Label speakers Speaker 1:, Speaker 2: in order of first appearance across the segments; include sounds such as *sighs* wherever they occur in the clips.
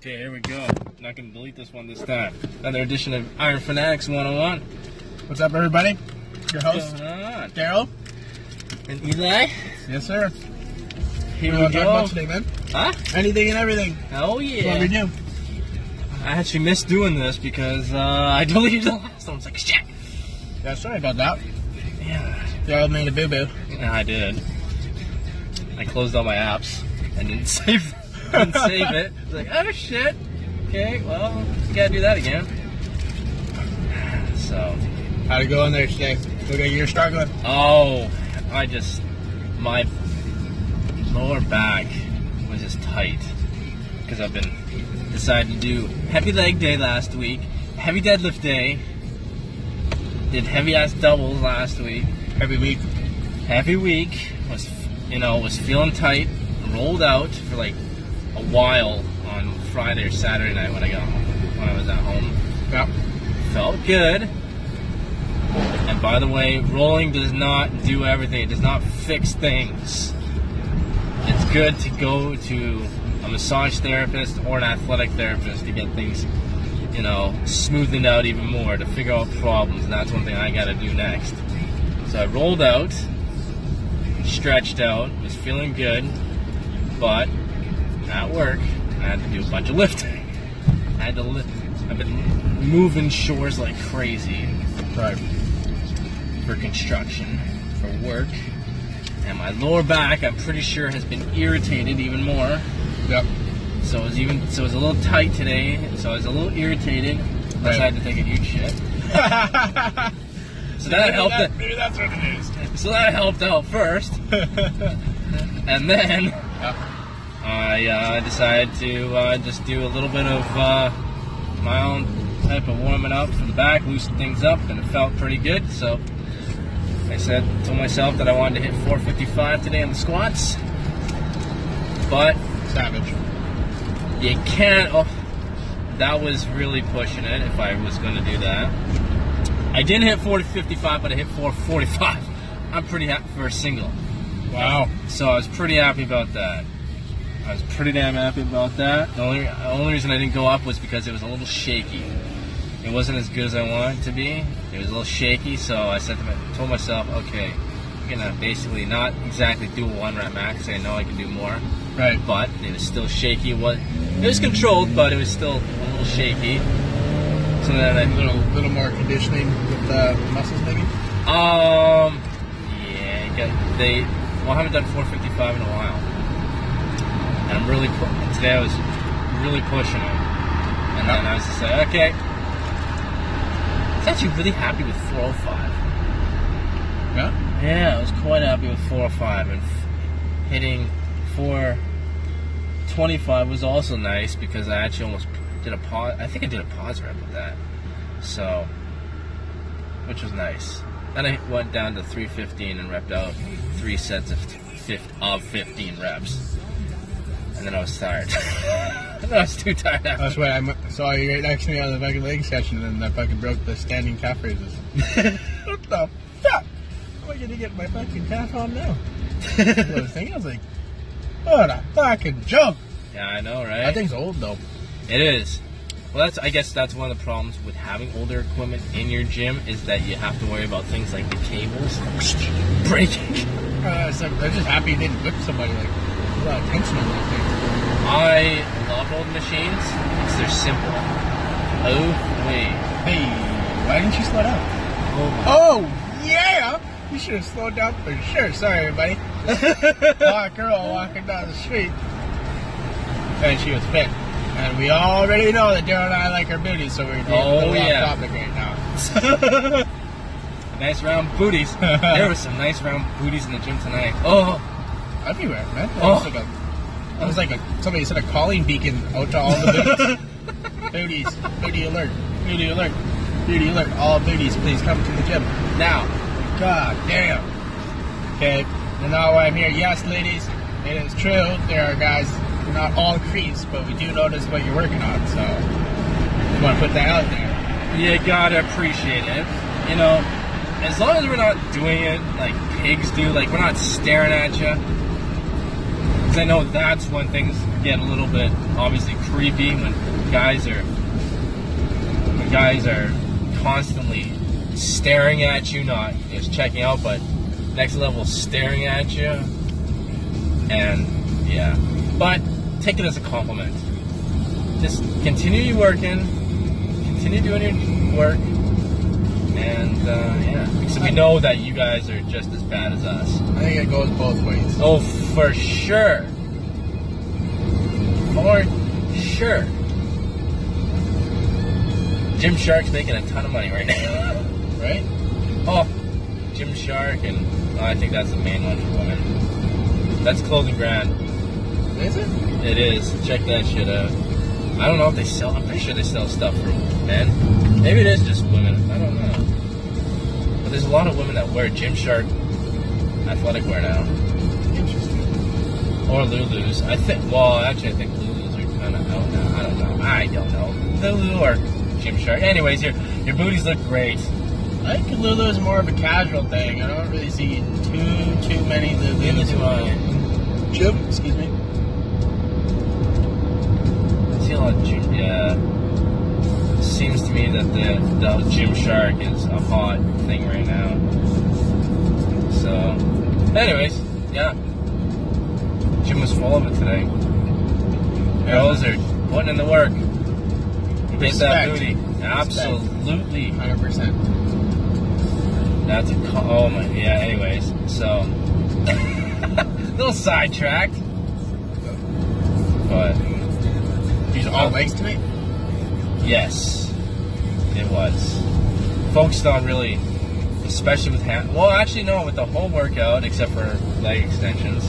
Speaker 1: Okay, here we go. And I can delete this one this time. Another edition of Iron Fanatics 101.
Speaker 2: What's up, everybody?
Speaker 1: What's
Speaker 2: Your host,
Speaker 1: going on?
Speaker 2: Daryl.
Speaker 1: And Eli?
Speaker 2: Yes, sir.
Speaker 1: Here we
Speaker 2: What are we talking about
Speaker 1: go.
Speaker 2: today, man?
Speaker 1: Huh?
Speaker 2: Anything and everything.
Speaker 1: Oh
Speaker 2: That's what we
Speaker 1: yeah.
Speaker 2: do.
Speaker 1: I actually missed doing this because uh, I *laughs* deleted the last one. It's like shit.
Speaker 2: Yeah, sorry about that.
Speaker 1: Yeah.
Speaker 2: Daryl made a boo boo.
Speaker 1: Yeah, I did. I closed all my apps and didn't *laughs* save didn't *laughs* save it. It's like, oh shit. Okay, well, you gotta do that again. *sighs* So,
Speaker 2: How'd it go in there today? Look at you're struggling.
Speaker 1: oh, I just my lower back was just tight because I've been decided to do heavy leg day last week, heavy deadlift day, did heavy ass doubles last week.
Speaker 2: Every week.
Speaker 1: heavy week was you know was feeling tight rolled out for like a while on friday or saturday night when i got home when i was at home
Speaker 2: Yeah.
Speaker 1: felt good and by the way rolling does not do everything it does not fix things it's good to go to a massage therapist or an athletic therapist to get things you know smoothened out even more to figure out problems and that's one thing i got to do next so i rolled out stretched out was feeling good but at work i had to do a bunch of *laughs* lifting i had to lift i've been moving shores like crazy
Speaker 2: Sorry.
Speaker 1: for construction, for work, and my lower back, I'm pretty sure, has been irritated even more.
Speaker 2: Yep.
Speaker 1: So it was even so it was a little tight today. So I was a little irritated. I
Speaker 2: Right.
Speaker 1: decided to take a huge shit. *laughs* So that
Speaker 2: Maybe
Speaker 1: helped.
Speaker 2: that- Maybe that's what it is.
Speaker 1: So that helped out first, and then
Speaker 2: Yeah.
Speaker 1: I uh, decided to uh, just do a little bit of uh, my own type of warming up for the back, loosen things up, and it felt pretty good. So I said, told myself that I wanted to hit 455 today on the squats, but
Speaker 2: Savage.
Speaker 1: you can't. Oh, that was really pushing it if I was going to do that. I didn't hit 455, but I hit 445. *laughs* I'm pretty happy for a single.
Speaker 2: Wow.
Speaker 1: So I was pretty happy about that. I was pretty damn happy about that. The only, the only reason I didn't go up was because it was a little shaky. It wasn't as good as I wanted it to be. It was a little shaky, so I said to my, told myself, okay, I'm gonna basically not exactly do a one rep max. I know I can do more,
Speaker 2: Right.
Speaker 1: but it was still shaky. It was, it was controlled, but it was still a little shaky. So then I
Speaker 2: A little, little more conditioning with the muscles, maybe.
Speaker 1: Um, yeah, I got, they. Well, I haven't done 455 in a while, and I'm really pu- today. I was really pushing it, and then I was just like, okay. I was actually really happy with 405.
Speaker 2: Yeah.
Speaker 1: Yeah, I was quite happy with 405, and f- hitting 425 was also nice because I actually almost did a pause. I think I did a pause rep with that, so which was nice. Then I went down to 315 and repped out three sets of fif- of 15 reps. And then I was tired. *laughs* and then I was too tired after.
Speaker 2: That's why I m- saw you right next to me on the fucking leg session, and then I fucking broke the standing calf raises. *laughs* what the fuck? Am I gonna get my fucking calf on now? I was thinking, I was like, what a fucking joke.
Speaker 1: Yeah, I know, right?
Speaker 2: That thing's old though.
Speaker 1: It is. Well, that's I guess that's one of the problems with having older equipment in your gym is that you have to worry about things like the cables breaking.
Speaker 2: Uh, so I'm just happy you didn't whip somebody like a lot of tension on that
Speaker 1: I love old machines because they're simple. Oh wait.
Speaker 2: thing. Hey, why didn't you slow down?
Speaker 1: Oh my.
Speaker 2: Oh yeah, you should have slowed down for sure. Sorry,
Speaker 1: *laughs*
Speaker 2: everybody. Saw a girl walking down the street, and she was fit. And we already know that Daryl and I like our booties, so we're getting a
Speaker 1: Oh,
Speaker 2: little
Speaker 1: yeah.
Speaker 2: off topic right now.
Speaker 1: Oh, *laughs* Nice round booties. there were some nice round booties in the gym tonight. Oh,
Speaker 2: Everywhere, man. That
Speaker 1: Oh.
Speaker 2: was like a, that was like a, somebody set a calling beacon out to all the
Speaker 1: *laughs*
Speaker 2: booties. booties, booty alert, booty alert, booty alert. All booties, please come to the gym.
Speaker 1: now
Speaker 2: God damn. Okay, you know why I'm here. Yes, ladies, it is true. There are guys, we're not all creeps, but we do notice what you're working on, so just want to put that out there.
Speaker 1: you gotta appreciate it. You know, as long as we're not doing it like pigs do, like we're not staring at you. Because I know that's one thing get a little bit obviously creepy when guys are when guys are constantly staring at you, not just checking out, but next level staring at you. And yeah, but take it as a compliment. Just continue your working, continue doing your work, and uh, yeah, because we know that you guys are just as bad as us.
Speaker 2: I think it goes both ways.
Speaker 1: Oh, for sure. For sure. Jim Shark's making a ton of money right now. *laughs*
Speaker 2: Right?
Speaker 1: oh, Jim Shark, and oh, I think that's the main one for women. That's clothing brand.
Speaker 2: Is it?
Speaker 1: It is. Check that shit out. I don't know if they sell. I'm pretty sure they sell stuff for men. Maybe it is just women. I don't know. But there's a lot of women that wear Jim Shark athletic wear now.
Speaker 2: Interesting.
Speaker 1: Or Lulu's. I think. Well, actually, I think Lulu's are kind of out now. I don't know. I don't know. Lulu or Gymshark. Anyways, your your booties look great.
Speaker 2: I think Lulu is more of a casual thing. I don't really see too too many Lulu's.
Speaker 1: Neither do I.
Speaker 2: Jim, excuse me.
Speaker 1: I see a lot of gym. Yeah. Seems to me that the the Gymshark is a hot thing right now. So, anyways, yeah. Jim was full of it today. Girls are putting in the work. Get that booty.
Speaker 2: Respect.
Speaker 1: Absolutely.
Speaker 2: Hundred percent.
Speaker 1: That's a co- oh my yeah. Anyways, so *laughs* little sidetracked, but
Speaker 2: These are all Oh, legs tonight.
Speaker 1: yes, it was focused on really, especially with hand. Well, actually no, with the whole workout except for leg extensions.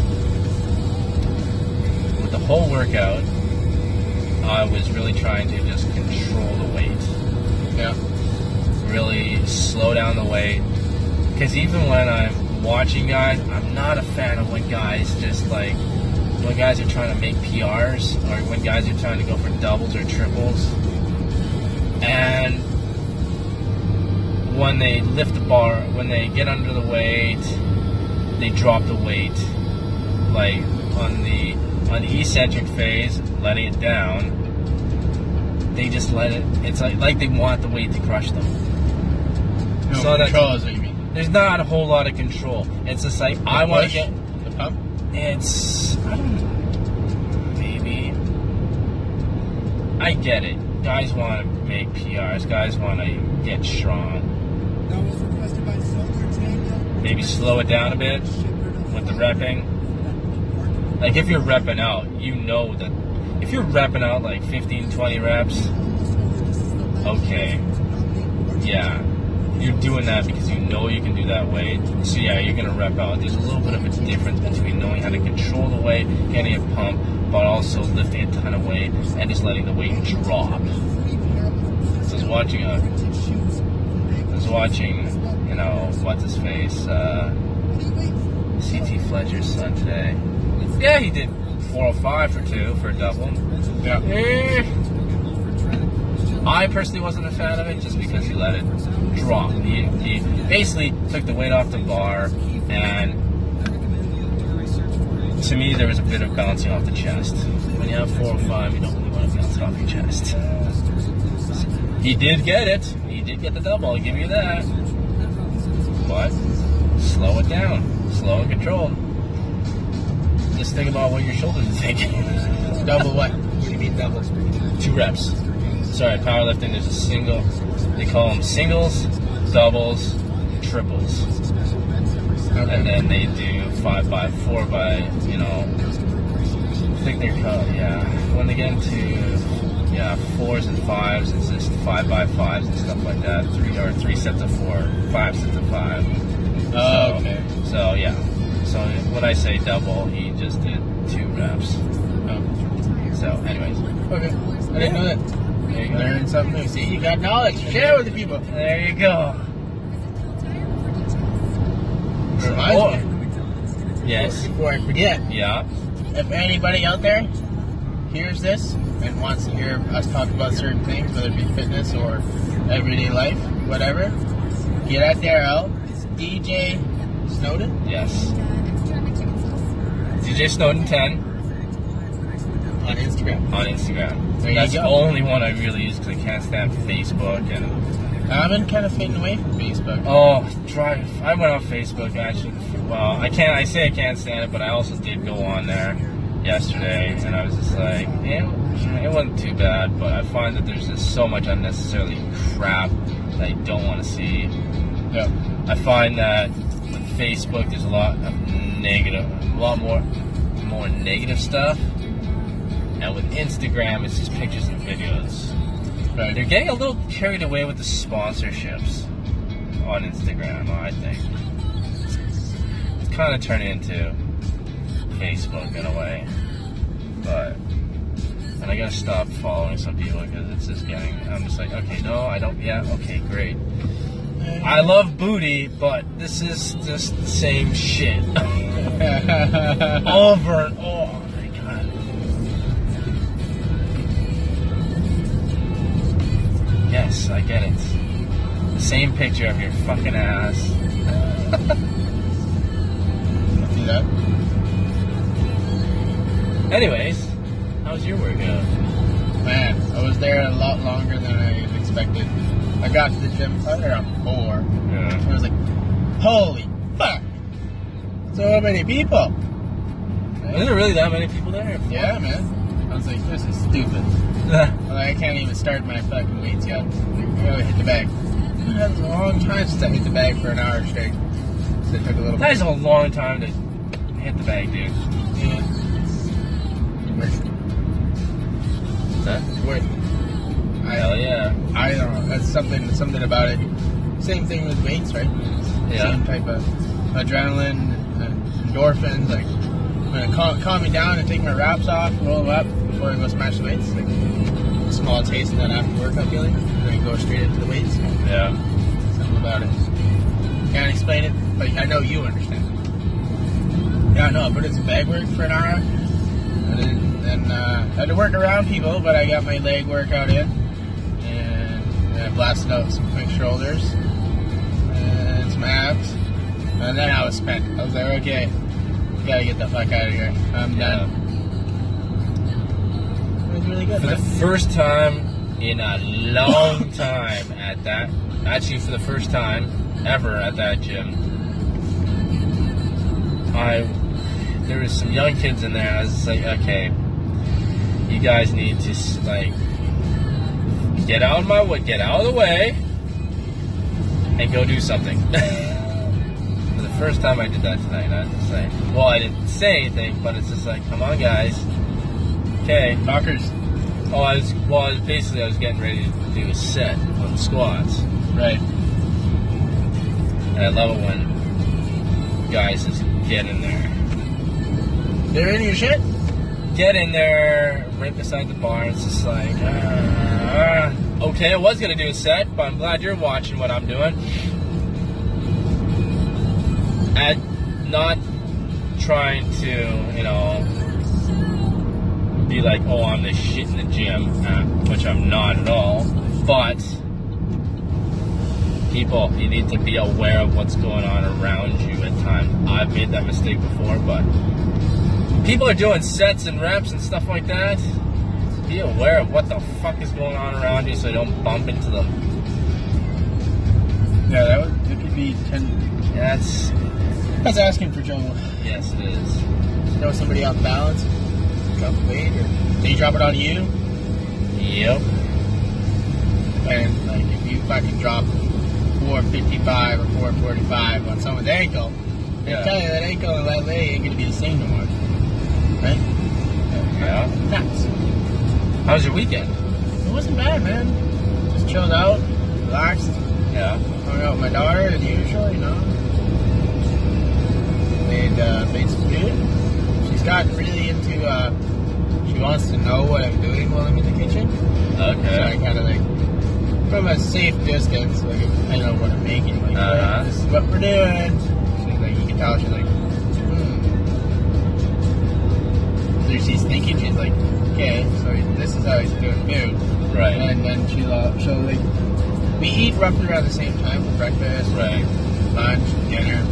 Speaker 1: With the whole workout, I was really trying to just control the weight.
Speaker 2: Yeah.
Speaker 1: really slow down the weight. Because even when I'm watching guys, I'm not a fan of when guys just like, when guys are trying to make PRs or when guys are trying to go for doubles or triples. And when they lift the bar, when they get under the weight, they drop the weight. Like on the on the eccentric phase, letting it down, they just let it. It's like like they want the weight to crush them.
Speaker 2: No,
Speaker 1: So that's-
Speaker 2: control is what you mean.
Speaker 1: there's not a whole lot of control. It's just like I want to
Speaker 2: Push,
Speaker 1: get.
Speaker 2: the pump.
Speaker 1: It's I don't maybe I get it. Guys want to make PRs. Guys want to get strong.
Speaker 3: That was requested by Soldier Tango.
Speaker 1: Maybe slow it down a bit with the repping. Like if you're repping out, you know that if you're repping out like 15, 20 reps, Okay. yeah, you're doing that because you know you can do that weight. So yeah, you're gonna rep out. There's a little bit of a difference between knowing how to control the weight, getting it pumped, but also lifting a ton of weight and just letting the weight drop.
Speaker 3: This
Speaker 1: is watching a- I was watching, you know, what's his face, uh, CT Fletcher's son today. Yeah, he did 405 for two for a double.
Speaker 2: Yeah.
Speaker 1: Eh. I personally wasn't a fan of it just because he let it drop. He, he basically took the weight off the bar, and to me, there was a bit of bouncing off the chest. When you have 405, you don't really want to bounce it off your chest. He did get it. He did get the double. I'll give you that. But slow it down. Slow and controlled. Just think about what your shoulders are thinking. *laughs*
Speaker 2: Double what? What do you mean double?
Speaker 1: two reps. Sorry, powerlifting is a single. They call them singles, doubles, triples,
Speaker 2: Uh,
Speaker 1: and then they do five by four by you know. I think they're called yeah. When they get into yeah fours and fives, it's just five by fives and stuff like that. Three or three sets of four, five sets of five.
Speaker 2: Oh,
Speaker 1: So-
Speaker 2: okay.
Speaker 1: So yeah. So when I say double, he just did two reps.
Speaker 2: Oh,
Speaker 1: So anyways,
Speaker 2: okay. I didn't know that.
Speaker 1: there you go.
Speaker 2: Learn something new. See, you got knowledge. Share with the people.
Speaker 1: There you go.
Speaker 2: Reminds me.
Speaker 1: Yes.
Speaker 2: Before I forget,
Speaker 1: Yeah.
Speaker 2: if anybody out there hears this and wants to hear us talk about certain things, whether it be fitness or everyday life, whatever, get out there, out. DJ Snowden.
Speaker 1: Yes. DJ Snowden 10.
Speaker 2: On Instagram.
Speaker 1: on Instagram.
Speaker 2: There you
Speaker 1: That's
Speaker 2: go.
Speaker 1: the only one I really use because I can't stand Facebook. And
Speaker 2: I've been kind of fading away from Facebook.
Speaker 1: oh, try. I went on Facebook actually. for- Well, I can't. I say I can't stand it, but I also did go on there yesterday, and I was just like, yeah, it wasn't too bad. But I find that there's just so much unnecessarily crap that I don't want to see.
Speaker 2: Yeah.
Speaker 1: I find that with Facebook, there's a lot of negative, a lot more, more negative stuff. And with Instagram, it's just pictures and videos. They're
Speaker 2: Right.
Speaker 1: getting a little carried away with the sponsorships on Instagram, I think. It's kind of turned into Facebook in a way. But, and I gotta stop following some people because it's just getting, I'm just like, okay, no, I don't, yeah, okay, great. I love booty, *laughs* but this is just the same shit *laughs* over and over. My God. Yes, I get it. The same picture of your fucking ass.
Speaker 2: See that?
Speaker 1: Anyways, how was your workout?
Speaker 2: Man, I was there a lot longer than I expected. I got to the gym probably around four.
Speaker 1: Yeah.
Speaker 2: I was like, holy fuck! So many people!
Speaker 1: Is there really that many people there? *laughs*
Speaker 2: Yeah, man. I was like, this is stupid.
Speaker 1: Yeah.
Speaker 2: I'm like, I can't even start my fucking weights yet. Like, I gotta hit the bag. That was a long time since I hit the bag for an hour straight. So it took a little
Speaker 1: that is a long time to hit the bag, dude.
Speaker 2: Yeah. Worth it. Worth it. I,
Speaker 1: Hell yeah.
Speaker 2: I don't know. That's something something about it. Same thing with weights, right?
Speaker 1: Yeah.
Speaker 2: Same type of adrenaline, uh, endorphins. Like, I'm gonna calm, calm me down and take my wraps off, roll them up before I go smash the weights. Like, a small taste of that after workout feeling. And then go straight into the weights.
Speaker 1: Yeah.
Speaker 2: Something about it. Can't explain it, but I know you understand. Yeah, no, but it's bag work for an hour. And then, then uh, I had to work around people, but I got my leg workout in. And then I blasted out some quick shoulders and some abs. And then I was spent. I was like, okay, gotta get the fuck out of here. I'm
Speaker 1: Yeah.
Speaker 2: done. It was really good,
Speaker 1: For the
Speaker 2: man.
Speaker 1: first time in a long time at that, actually for the first time ever at that gym, I there was some young kids in there. I was just like, okay, you guys need to s- like get out of my way, get out of the way, and go do something. *laughs* for the first time I did that tonight, I was just like, well, I didn't say anything, but it's just like, come on, guys, okay.
Speaker 2: Talkers.
Speaker 1: Oh, I was well. I was- Basically, I was getting ready to do a set on the squats,
Speaker 2: Right.
Speaker 1: and I love it when guys just get in there,
Speaker 2: They're in your shit?
Speaker 1: get in there, right beside the bar. and It's just like, uh, okay, I was gonna do a set, but I'm glad you're watching what I'm doing. At not trying to, you know, be like, oh, I'm the shit in the gym, uh, which I'm not at all. But people, you need to be aware of what's going on around you at times. I've made that mistake before, but people are doing sets and reps and stuff like that. Be aware of what the fuck is going on around you so you don't bump into them.
Speaker 2: Yeah, that would, it could be 10.
Speaker 1: That's
Speaker 2: That's asking for trouble.
Speaker 1: yes, it is.
Speaker 2: throw somebody off balance, drop the weight, or they drop it on you,
Speaker 1: Yep.
Speaker 2: and like if you fucking drop 455 or 445 on someone's ankle, they
Speaker 1: Yeah.
Speaker 2: tell you that ankle and that leg ain't gonna be the same no more, right?
Speaker 1: Yeah.
Speaker 2: Nuts.
Speaker 1: How was your weekend?
Speaker 2: It wasn't bad, man. Just chilled out, relaxed,
Speaker 1: Yeah.
Speaker 2: hung out with my daughter as usual, you know. Made uh, made some food. She's gotten really into. Uh, she wants to know what I'm doing while I'm in the kitchen. So I
Speaker 1: Okay.
Speaker 2: kind of like from a safe distance, like I know what I'm making. Like
Speaker 1: Uh-huh.
Speaker 2: this is what we're doing. She's like, you can tell she's like, hmm. So she's thinking she's like, okay, so this is how he's doing food.
Speaker 1: Right.
Speaker 2: And then she'll uh, she'll like we eat roughly around the same time for breakfast,
Speaker 1: Right.
Speaker 2: lunch, dinner.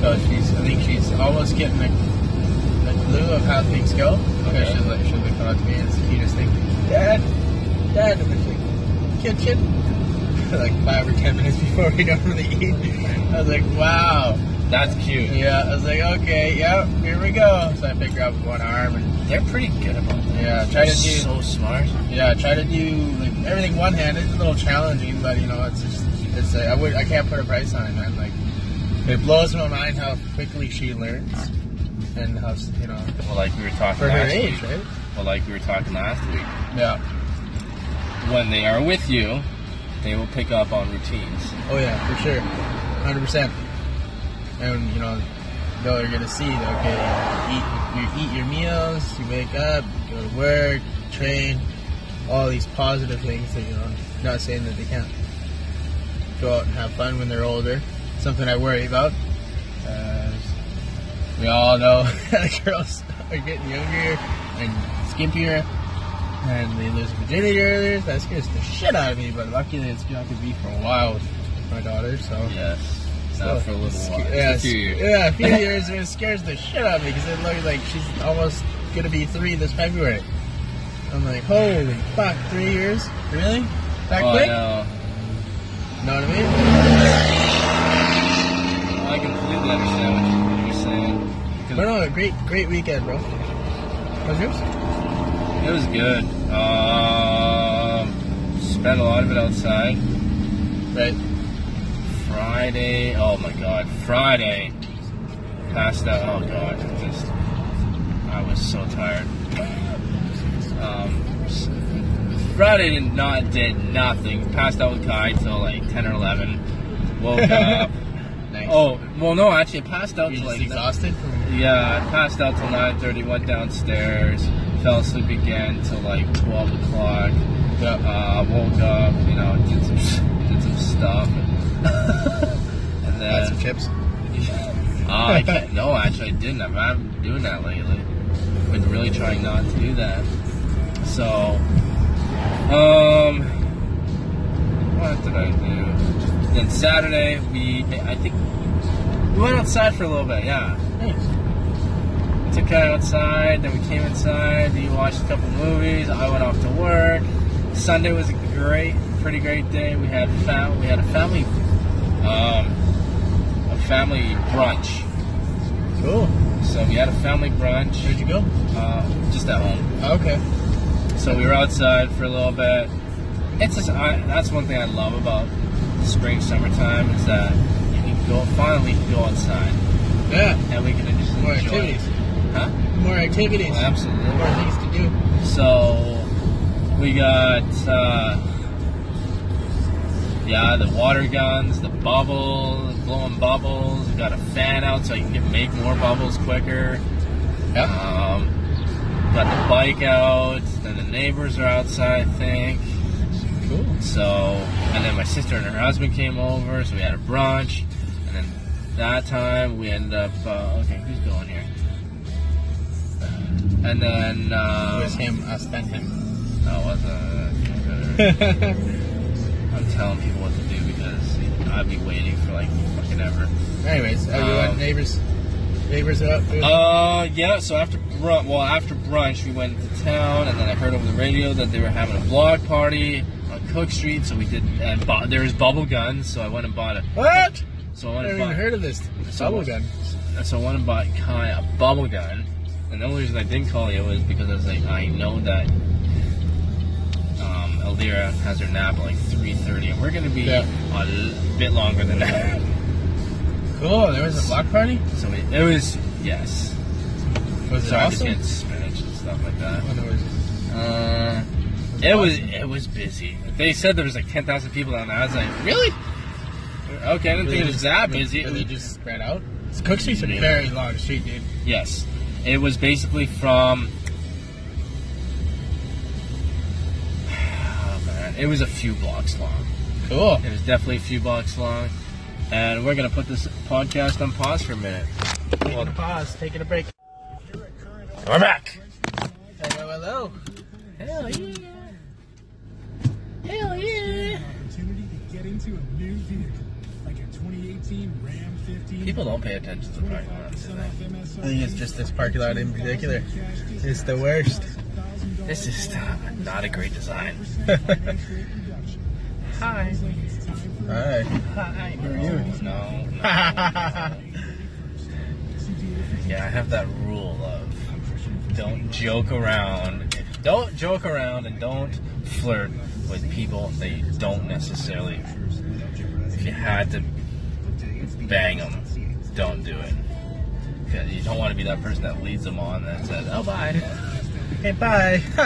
Speaker 2: So she's I think she's almost getting the, the clue of how things go. Okay.
Speaker 1: Okay.
Speaker 2: She'll like she'll like Dad, in the kitchen. *laughs* like five or ten minutes before we normally eat. I was like, wow.
Speaker 1: That's cute.
Speaker 2: Yeah, I was like, okay, yep, here we go. So I pick her up with one arm and
Speaker 1: They're pretty good about that.
Speaker 2: yeah, try
Speaker 1: They're
Speaker 2: to do
Speaker 1: so smart.
Speaker 2: yeah, try to do like everything one handed. It's a little challenging, but you know, it's just it's like, I would I can't put a price on it, man. Like it blows my mind how quickly she learns and how s- you know
Speaker 1: Well, like we were talking
Speaker 2: for her
Speaker 1: last
Speaker 2: age,
Speaker 1: week.
Speaker 2: right?
Speaker 1: Well, like we were talking last week.
Speaker 2: Yeah.
Speaker 1: When they are with you, they will pick up on routines.
Speaker 2: Oh yeah, for sure, hundred percent. And you know, they're gonna see that okay, you eat you eat your meals, you wake up, go to work, train, all these positive things that you know. Not saying that they can't go out and have fun when they're older. Something I worry about. Uh, *laughs* we all know that girls are getting younger and skimpier. And they lose virginity earlier. That scares the shit out of me. But luckily, it's not gonna be for a while with my daughter. So
Speaker 1: Yes.
Speaker 2: so-
Speaker 1: Not for a little
Speaker 2: sca-
Speaker 1: while. Just
Speaker 2: Yeah,
Speaker 1: a few
Speaker 2: sc-
Speaker 1: years.
Speaker 2: yeah, a
Speaker 1: *laughs*
Speaker 2: few years. It scares the shit out of me because it looks like she's almost gonna be three this February. I'm like, holy fuck, three years? Really? That
Speaker 1: Oh,
Speaker 2: quick?
Speaker 1: no.
Speaker 2: Know what I
Speaker 1: I completely understand what you're saying.
Speaker 2: mean?
Speaker 1: 'Cause
Speaker 2: But no, great, great weekend, bro. How's yours?
Speaker 1: It was good. Um, spent a lot of it outside.
Speaker 2: Right.
Speaker 1: Friday. Oh my God. Friday. Passed out. Oh God. Just. I was so tired. Um, s- Friday did not did nothing. Passed out with Kai till like ten or eleven. Woke up.
Speaker 2: Nice.
Speaker 1: oh well, no, actually, I passed out
Speaker 2: you're
Speaker 1: till
Speaker 2: just
Speaker 1: like
Speaker 2: exhausted from
Speaker 1: yeah, I passed out till nine thirty. Went downstairs. Fell asleep again till like twelve o'clock.
Speaker 2: yeah.
Speaker 1: Uh, woke up, you know, did some *laughs* did some stuff, and
Speaker 2: Had some
Speaker 1: then
Speaker 2: chips.
Speaker 1: uh, I can't, no, actually I didn't. I've been doing that lately. Been really trying not to do that. So, um, what did I do? Then Saturday we, I think we went outside for a little bit. Yeah,
Speaker 2: Nice.
Speaker 1: took her outside, then we came inside, we watched a couple movies, I went off to work. Sunday was a great, pretty great day. We had fam- we had a family um, a family brunch.
Speaker 2: Cool.
Speaker 1: So we had a family
Speaker 2: Where'd
Speaker 1: brunch
Speaker 2: you go? Oh,
Speaker 1: uh, just at home.
Speaker 2: Okay.
Speaker 1: So we were outside for a little bit. It's just I, that's one thing I love about spring summertime is that you can go finally you can go outside
Speaker 2: Yeah.
Speaker 1: and we can just
Speaker 2: More
Speaker 1: enjoy it.
Speaker 2: activities.
Speaker 1: Huh?
Speaker 2: More activities.
Speaker 1: Well, absolutely.
Speaker 2: More things to do.
Speaker 1: So we got uh, yeah, the water guns, the bubbles, blowing bubbles. We got a fan out so you can get, make more bubbles quicker.
Speaker 2: Yeah.
Speaker 1: Um, got the bike out. Then the neighbors are outside, I think.
Speaker 2: Cool.
Speaker 1: So and then my sister and her husband came over, so we had a brunch. And then that time we ended up uh, okay, who's going here? And then
Speaker 2: It
Speaker 1: um,
Speaker 2: was him, us, then him.
Speaker 1: I wasn't. *laughs*
Speaker 2: *laughs* Alright.
Speaker 1: I'm telling people what to do because I'd be waiting for like fucking ever.
Speaker 2: Anyways, uh, you want
Speaker 1: Um,
Speaker 2: neighbors? Neighbors are up. Good.
Speaker 1: Uh, yeah. So after brunch, well, after brunch, we went to town, and then I heard over the radio that they were having a blog party on Cook Street. So we did, and bu- there was bubble guns. So I went and bought a.
Speaker 2: what?
Speaker 1: So I
Speaker 2: I
Speaker 1: went
Speaker 2: never
Speaker 1: and
Speaker 2: even
Speaker 1: bought.
Speaker 2: heard of this.
Speaker 1: So-
Speaker 2: Bubble gun.
Speaker 1: So I went and bought Kai a bubble gun, and the only reason I didn't call you was because I was like, I know that. Um, Elvira has her nap at like 3:30, and we're gonna be
Speaker 2: Yeah.
Speaker 1: a l- bit longer than that. *laughs*
Speaker 2: Cool. There was a block party.
Speaker 1: So it, it was yes.
Speaker 2: Was it
Speaker 1: Sorry,
Speaker 2: awesome?
Speaker 1: I was getting spinach and stuff like that.
Speaker 2: Oh, no, it was-
Speaker 1: Uh, it was it was busy. They said there was like ten thousand people down there. I was like, really? Okay, I didn't think
Speaker 2: were they
Speaker 1: it was
Speaker 2: just-
Speaker 1: that
Speaker 2: were-
Speaker 1: busy.
Speaker 2: Were
Speaker 1: It
Speaker 2: they
Speaker 1: was-
Speaker 2: just spread out? It's Cook Street's a
Speaker 1: Yeah.
Speaker 2: very long street, dude.
Speaker 1: yes, it was basically from. Oh man, it was a few blocks long.
Speaker 2: Cool.
Speaker 1: It was definitely a few blocks long, and we're gonna put this podcast on pause for a minute.
Speaker 2: Taking a pause. Taking a break.
Speaker 1: We're back.
Speaker 2: Hello, hello.
Speaker 1: Hell yeah! Hell yeah!
Speaker 3: Opportunity to get into a new vehicle, like a 2018 Ram 15.
Speaker 1: People don't pay attention to the parking lot, do they?
Speaker 2: I think it's just this parking lot in particular. It's the worst.
Speaker 1: This is not, not a great design. Hi.
Speaker 2: Alright.
Speaker 1: Hi.
Speaker 2: are you?
Speaker 1: No, no. Yeah, I have that rule of don't joke around. Don't joke around and don't flirt with people that you don't necessarily. If you had to bang them, don't do it. Because you don't want to be that person that leads them on that says, oh, bye.
Speaker 2: Hey, bye.
Speaker 1: *laughs*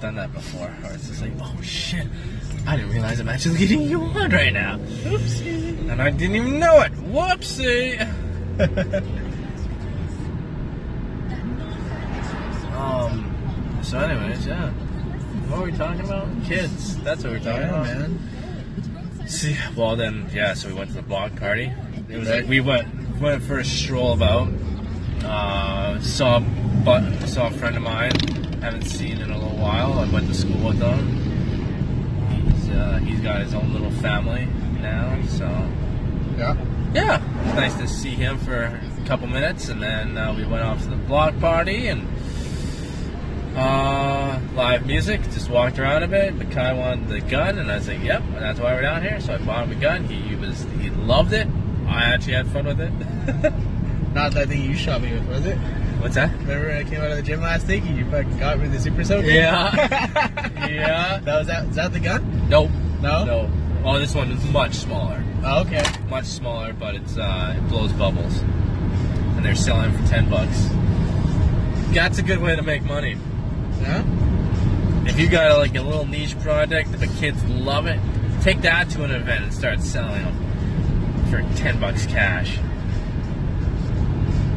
Speaker 1: Done that before. Or it's just like, oh, shit. I didn't realize I'm actually leading you on right now.
Speaker 2: Oopsie.
Speaker 1: And I didn't even know it. Whoopsie. Um. So, anyways, yeah. What were we talking about? Kids. That's what we were talking
Speaker 2: Yeah,
Speaker 1: about,
Speaker 2: man.
Speaker 1: See, well then, yeah. So we went to the block party. It was like we went went for a stroll about. Uh, saw but saw a friend of mine. Haven't seen in a little while. I went to school with him. He's, uh, he's got his own little family now, so
Speaker 2: Yeah.
Speaker 1: yeah, it's nice to see him for a couple minutes, and then uh, we went off to the block party and uh, live music. Just walked around a bit. But Kai wanted the gun, and I was like, "Yep, and that's why we're down here." So I bought him a gun. He, was he loved it. I actually had fun with it. *laughs*
Speaker 2: Not that thing you shot me with, was it?
Speaker 1: What's that?
Speaker 2: Remember when I came out of the gym last week and you fucking got me the super soaker?
Speaker 1: Yeah. *laughs* Yeah.
Speaker 2: That was that. Is that the gun?
Speaker 1: Nope.
Speaker 2: No?
Speaker 1: No. Oh, this one is much smaller.
Speaker 2: Oh, okay.
Speaker 1: much smaller, but it's uh, it blows bubbles, and they're selling for ten bucks. That's a good way to make money.
Speaker 2: Yeah.
Speaker 1: If you got like a little niche project that the kids love it, take that to an event and start selling them for ten bucks cash.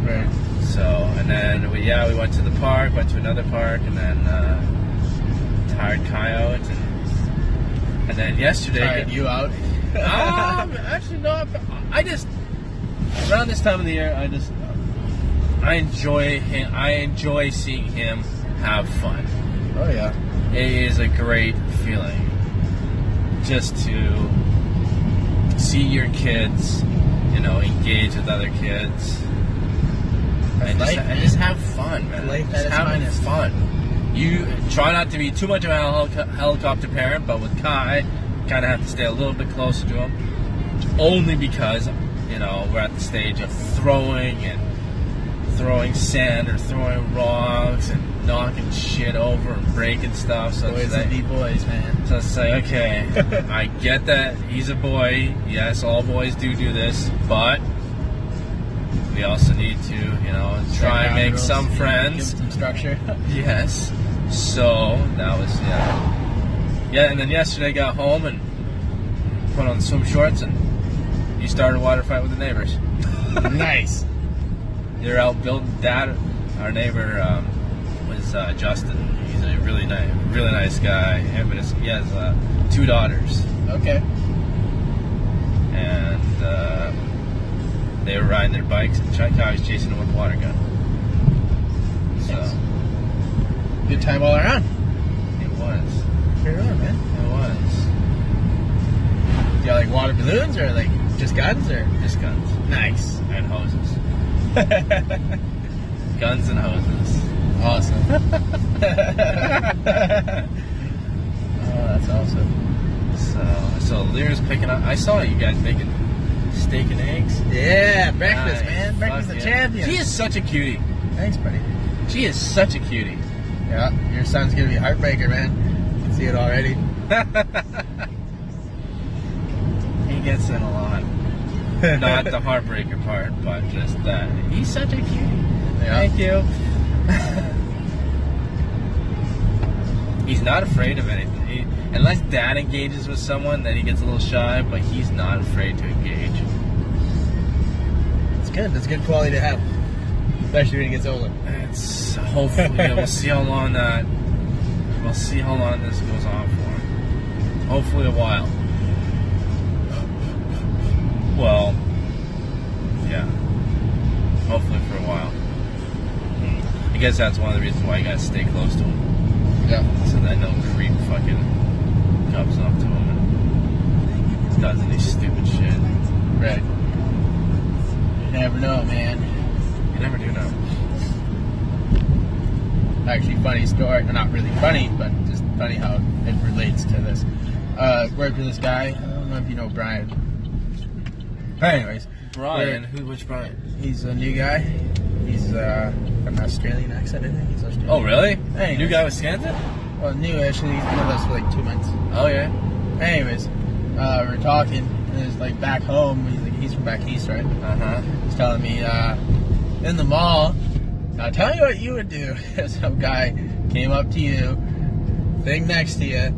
Speaker 2: Right.
Speaker 1: So, and then we yeah we went to the park, went to another park, and then uh, tired coyote, and, and then yesterday
Speaker 2: Tried you out.
Speaker 1: um, actually, no. I just around this time of the year, I just I enjoy him. I enjoy seeing him have fun.
Speaker 2: *laughs* oh yeah.
Speaker 1: It is a great feeling just to see your kids, you know, engage with other kids. And just,
Speaker 2: Life-
Speaker 1: and just have fun, man.
Speaker 2: Life at
Speaker 1: just
Speaker 2: its
Speaker 1: having
Speaker 2: finest.
Speaker 1: fun. You try not to be too much of a helico- helicopter parent, but with Kai, kind of have to stay a little bit closer to him, only because you know we're at the stage of throwing and throwing sand or throwing rocks and knocking shit over and breaking stuff. So
Speaker 2: Boys
Speaker 1: it's
Speaker 2: and
Speaker 1: like,
Speaker 2: be boys, man.
Speaker 1: so it's like, okay, I get that he's a boy. Yes, all boys do do this, but we also need to, you know, try and make
Speaker 2: Girls,
Speaker 1: some
Speaker 2: give
Speaker 1: friends.
Speaker 2: them
Speaker 1: *laughs*
Speaker 2: some structure. *laughs*
Speaker 1: Yes. So that was yeah, yeah. And then yesterday, I got home and put on swim shorts, and you started a water fight with the neighbors.
Speaker 2: nice.
Speaker 1: They're out building. Dad, our neighbor, um, was uh, Justin. He's a really nice, really nice guy. Him and his, he has uh, two daughters.
Speaker 2: Okay.
Speaker 1: and uh, they were riding their bikes, and Chai Kai was chasing them with a water gun. So
Speaker 2: Nice. Good time all around.
Speaker 1: it was,
Speaker 2: Sure are, man.
Speaker 1: it was
Speaker 2: You got like water balloons or like just guns or
Speaker 1: just guns
Speaker 2: nice.
Speaker 1: and hoses, *laughs* guns and hoses. *laughs*
Speaker 2: awesome. *laughs* oh, that's awesome.
Speaker 1: So so Lear's picking up. I saw you guys making steak and eggs.
Speaker 2: Yeah, breakfast,
Speaker 1: Nice.
Speaker 2: man. Breakfast
Speaker 1: Fuck yeah.
Speaker 2: of
Speaker 1: She
Speaker 2: champions.
Speaker 1: is such a cutie.
Speaker 2: Thanks, buddy.
Speaker 1: She is such a cutie.
Speaker 2: Yeah, your son's gonna be a heartbreaker, man. I can see it already.
Speaker 1: He gets in a lot. *laughs* Not *laughs* the heartbreaker part, but just that he's such a cutie.
Speaker 2: *laughs* yeah.
Speaker 1: you. *laughs* he's not afraid of anything. He, unless dad engages with someone, then he gets a little shy, but he's not afraid to engage.
Speaker 2: It's good. That's good quality to have, especially when he gets older.
Speaker 1: It's hopefully yeah, we'll see how long that we'll see how long this goes on for. Hopefully a while. Well, yeah. Hopefully for a while. I guess that's one of the reasons why you gotta stay close to him.
Speaker 2: Yeah.
Speaker 1: so that no creep fucking comes up to him and does any stupid shit.
Speaker 2: Right. You never know, man.
Speaker 1: You never do know.
Speaker 2: All actually funny story. Well, not really funny, but just funny how it relates to this. Uh, worked with this guy. I don't know if you know Brian. But anyways,
Speaker 1: Brian, who? Which Brian?
Speaker 2: he's a new guy. He's uh, an Australian accent. I think he's Australian.
Speaker 1: Oh, really?
Speaker 2: Hey.
Speaker 1: New guy with Santa?
Speaker 2: Well, new actually. He's been with us for like two months.
Speaker 1: Oh yeah.
Speaker 2: Anyways, uh, we we're talking, and it's like back home. He's, like, he's from back east, right?
Speaker 1: Uh huh.
Speaker 2: He's telling me uh, in the mall. Now tell me what you would do *laughs* if some guy came up to you, thing next to you,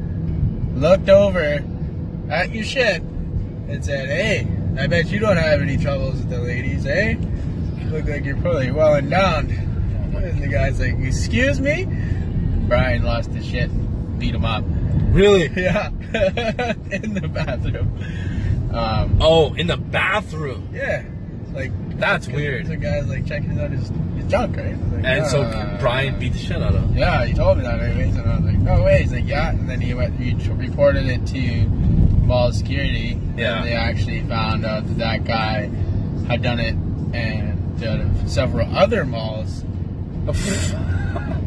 Speaker 2: looked over at your shit, and said, "Hey, I bet you don't have any troubles with the ladies, eh? You look like you're pretty well endowed." And the guy's like, "Excuse me." Brian lost his shit, beat him up. *laughs*
Speaker 1: Really?
Speaker 2: Yeah, *laughs* in the bathroom. Um,
Speaker 1: Oh, in the bathroom.
Speaker 2: yeah, like
Speaker 1: That's
Speaker 2: the
Speaker 1: weird.
Speaker 2: guy's like checking out his, his junk, right? Like,
Speaker 1: And so
Speaker 2: uh,
Speaker 1: Brian beat the shit out of him.
Speaker 2: Yeah, he told me that, anyways, and I was like, no way. He's like, yeah, and then he went, he t- reported it to mall security.
Speaker 1: Yeah.
Speaker 2: and they actually found out that that guy had done it, and uh, several other
Speaker 1: *laughs*
Speaker 2: malls.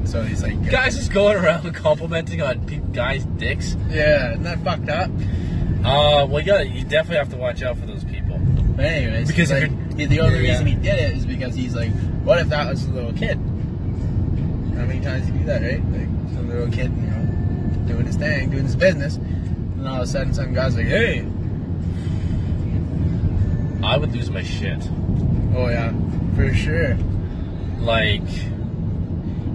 Speaker 2: So he's like,
Speaker 1: Guys just going around *laughs* complimenting on pe- guys' dicks.
Speaker 2: yeah, isn't that fucked up?
Speaker 1: Uh, well, you gotta, you definitely have to watch out for those people.
Speaker 2: But anyways,
Speaker 1: Because if
Speaker 2: like,
Speaker 1: it-
Speaker 2: he- the only
Speaker 1: yeah,
Speaker 2: reason
Speaker 1: yeah.
Speaker 2: he did it is because he's like, what if that was a little kid? How many times you do that, right? Like some little kid, you know, doing his thing, doing his business, and all of a sudden some guy's like, hey,
Speaker 1: I would lose my shit.
Speaker 2: oh yeah, for sure.
Speaker 1: Like,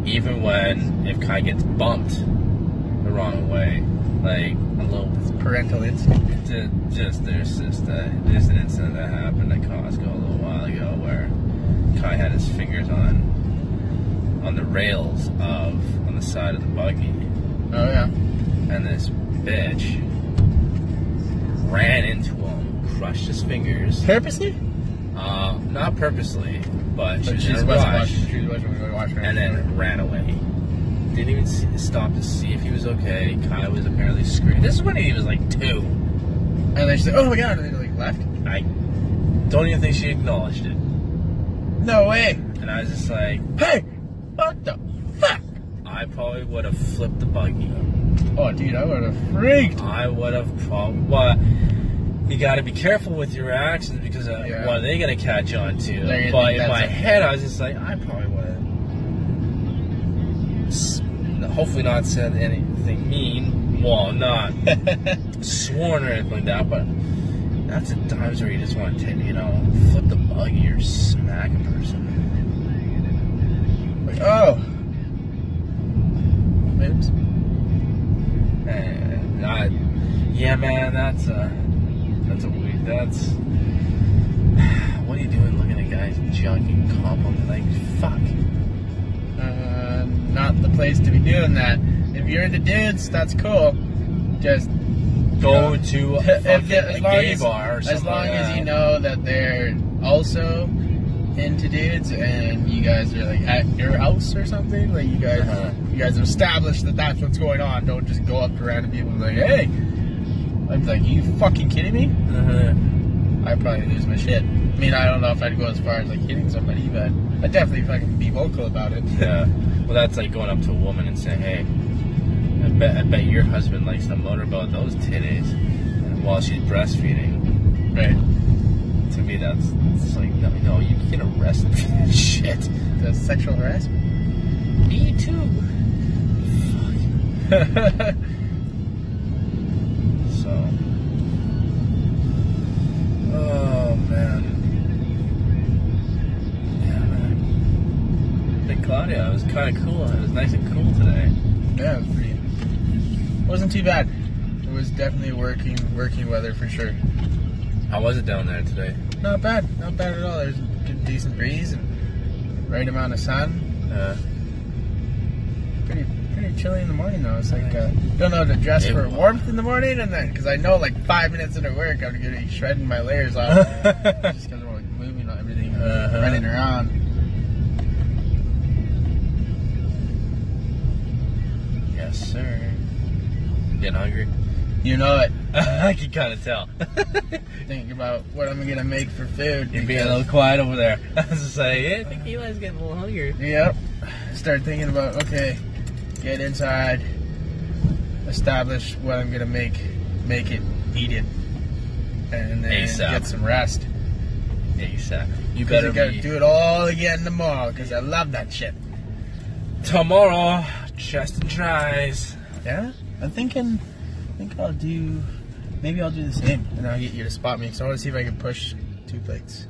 Speaker 1: even when if Kai gets bumped the wrong way, like a little
Speaker 2: Parental instinct.
Speaker 1: Ju- just there's just a, there's an incident that happened at Costco a little while ago where Kai had his fingers on on the rails of on the side of the buggy,
Speaker 2: Oh yeah.
Speaker 1: and this bitch ran into him, crushed his fingers.
Speaker 2: Purposely?
Speaker 1: Uh, not purposely, but she
Speaker 2: But
Speaker 1: was
Speaker 2: she's
Speaker 1: in a
Speaker 2: West
Speaker 1: rush,
Speaker 2: Watch- She's West Watch- Watch-
Speaker 1: and then ran away. Didn't even see, stop to see if he was okay. Kai was apparently screaming. This is when he was like two.
Speaker 2: and then she's like, oh my god, and then like left.
Speaker 1: I don't even think she acknowledged it.
Speaker 2: No way.
Speaker 1: And I was just like,
Speaker 2: Hey, what the fuck?
Speaker 1: I probably would have flipped the buggy.
Speaker 2: Oh dude, I would have freaked.
Speaker 1: I would have probably. Well, you got to be careful with your actions because uh,
Speaker 2: Yeah.
Speaker 1: what are they going to catch on to?
Speaker 2: They're gonna
Speaker 1: But
Speaker 2: think
Speaker 1: in my
Speaker 2: that's a-
Speaker 1: head, I was just like, I probably would have. Hopefully, not said anything mean. Well,
Speaker 2: *laughs*
Speaker 1: not sworn or anything like that, but that's at times where you just want to take, you know, flip the buggy or smack a person.
Speaker 2: Like, oh. Oops.
Speaker 1: And I, yeah, man, that's a that's a weird. That's *sighs* what are you doing looking at guys jogging compliment like fuck?
Speaker 2: uh, not the place to be doing that. If you're into dudes, that's cool. Just
Speaker 1: Go to a,
Speaker 2: *laughs* if,
Speaker 1: fucking
Speaker 2: as long
Speaker 1: gay
Speaker 2: as,
Speaker 1: bar or something.
Speaker 2: as long
Speaker 1: like
Speaker 2: as
Speaker 1: that.
Speaker 2: you know that they're also into dudes, and you guys are like at your house or something, like you guys,
Speaker 1: Uh-huh.
Speaker 2: you guys have established that that's what's going on. Don't just go up to random people and be like, hey, I'm like, you fucking kidding me?
Speaker 1: Uh-huh.
Speaker 2: I would probably lose my shit. I mean, I don't know if I'd go as far as like hitting somebody, but I'd definitely fucking be vocal about
Speaker 1: *laughs*
Speaker 2: it.
Speaker 1: Yeah. Well, that's like going up to a woman and saying, "Hey, I bet I bet your husband likes to motorboat those titties," and while she's breastfeeding.
Speaker 2: Right.
Speaker 1: To me, that's it's like no, no, you can arrest me. for that *laughs* Shit.
Speaker 2: The sexual harassment.
Speaker 1: Me too.
Speaker 2: *laughs* oh
Speaker 1: So. Oh man. Yeah, man. Hey Claudia, it was kind of cool. It was nice and cool today.
Speaker 2: Yeah, it was pretty. Wasn't too bad. It was definitely working working weather for sure.
Speaker 1: How was it down there today?
Speaker 2: Not bad, not bad at all. There's a good, decent breeze and right amount of sun.
Speaker 1: Uh, *laughs*
Speaker 2: Pretty pretty chilly in the morning though. It's like uh, don't know to dress
Speaker 1: It
Speaker 2: for
Speaker 1: was.
Speaker 2: warmth in the morning and then because I know like five minutes into work I'm gonna be shredding my
Speaker 1: *laughs*
Speaker 2: layers off just because we're like moving on everything,
Speaker 1: Uh-huh.
Speaker 2: running around.
Speaker 1: yes, sir. Getting hungry?
Speaker 2: You know it.
Speaker 1: *laughs* I can kind of tell. *laughs*
Speaker 2: Think about what I'm gonna make for food.
Speaker 1: You're being a
Speaker 2: because-
Speaker 1: little quiet over there. *laughs* I was just like, yeah, I think Eli's getting a little hungry.
Speaker 2: Yep. Start thinking about okay, get inside, establish what I'm gonna make, make it, eat it, and then
Speaker 1: ASAP.
Speaker 2: get some rest.
Speaker 1: Yeah, you suck. You
Speaker 2: 'Cause
Speaker 1: better
Speaker 2: I gotta
Speaker 1: be.
Speaker 2: do it all again tomorrow because I love that shit.
Speaker 1: Tomorrow, chest and tries.
Speaker 2: Yeah, I'm thinking. I think I'll do. Maybe I'll do the same, and I'll get you to spot me. Because I want to see if I can push two plates.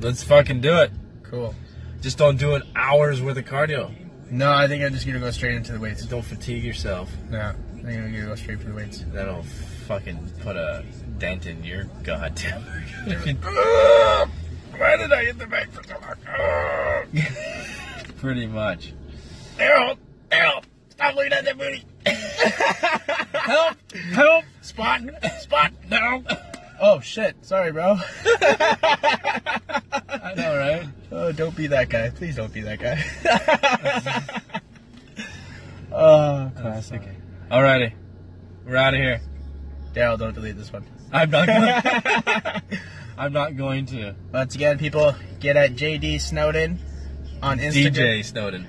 Speaker 1: Let's fucking do it.
Speaker 2: Cool.
Speaker 1: Just don't do an hour's worth of cardio.
Speaker 2: No, I think I'm just gonna go straight into the weights.
Speaker 1: Don't fatigue yourself.
Speaker 2: No, I think I'm gonna go straight for the weights.
Speaker 1: That'll fucking put a dent in your
Speaker 2: *laughs*
Speaker 1: goddamn.
Speaker 2: Why did I hit the back for so long?
Speaker 1: Pretty much.
Speaker 2: Errol, Errol, stop looking at that booty.
Speaker 1: Help! Help!
Speaker 2: Spot, spot, *laughs* no. Oh shit, sorry, bro.
Speaker 1: I know, right?
Speaker 2: Oh, don't be that guy. Please don't be that guy. oh, classic.
Speaker 1: Alrighty, we're out of here.
Speaker 2: Daryl, don't delete this one. *laughs*
Speaker 1: I'm not. Gonna, I'm not going to.
Speaker 2: Once again, people, get at JD Snowden on Instagram.
Speaker 1: DJ Snowden.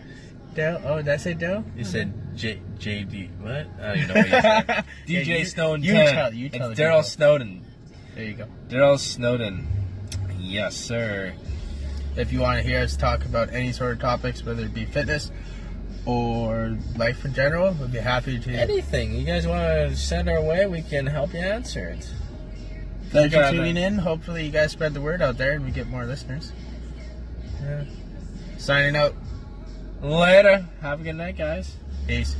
Speaker 2: Daryl, oh, did I say Daryl?
Speaker 1: You said J JD. What? I don't even know what you said. DJ
Speaker 2: *laughs* Yeah, you-
Speaker 1: Snowden.
Speaker 2: you
Speaker 1: 10.
Speaker 2: tell- you tell
Speaker 1: It's
Speaker 2: the
Speaker 1: Daryl
Speaker 2: people.
Speaker 1: Snowden.
Speaker 2: There you go.
Speaker 1: Daryl Snowden. Yes, sir.
Speaker 2: If you want to hear us talk about any sort of topics, whether it be fitness or life in general, we'd be happy to.
Speaker 1: Anything you guys want to send our way, we can help you answer it.
Speaker 2: Thank you for
Speaker 1: Got it.
Speaker 2: tuning in. Hopefully, you guys spread the word out there and we get more listeners. Signing out.
Speaker 1: Later. Have a good night, guys.
Speaker 2: Peace.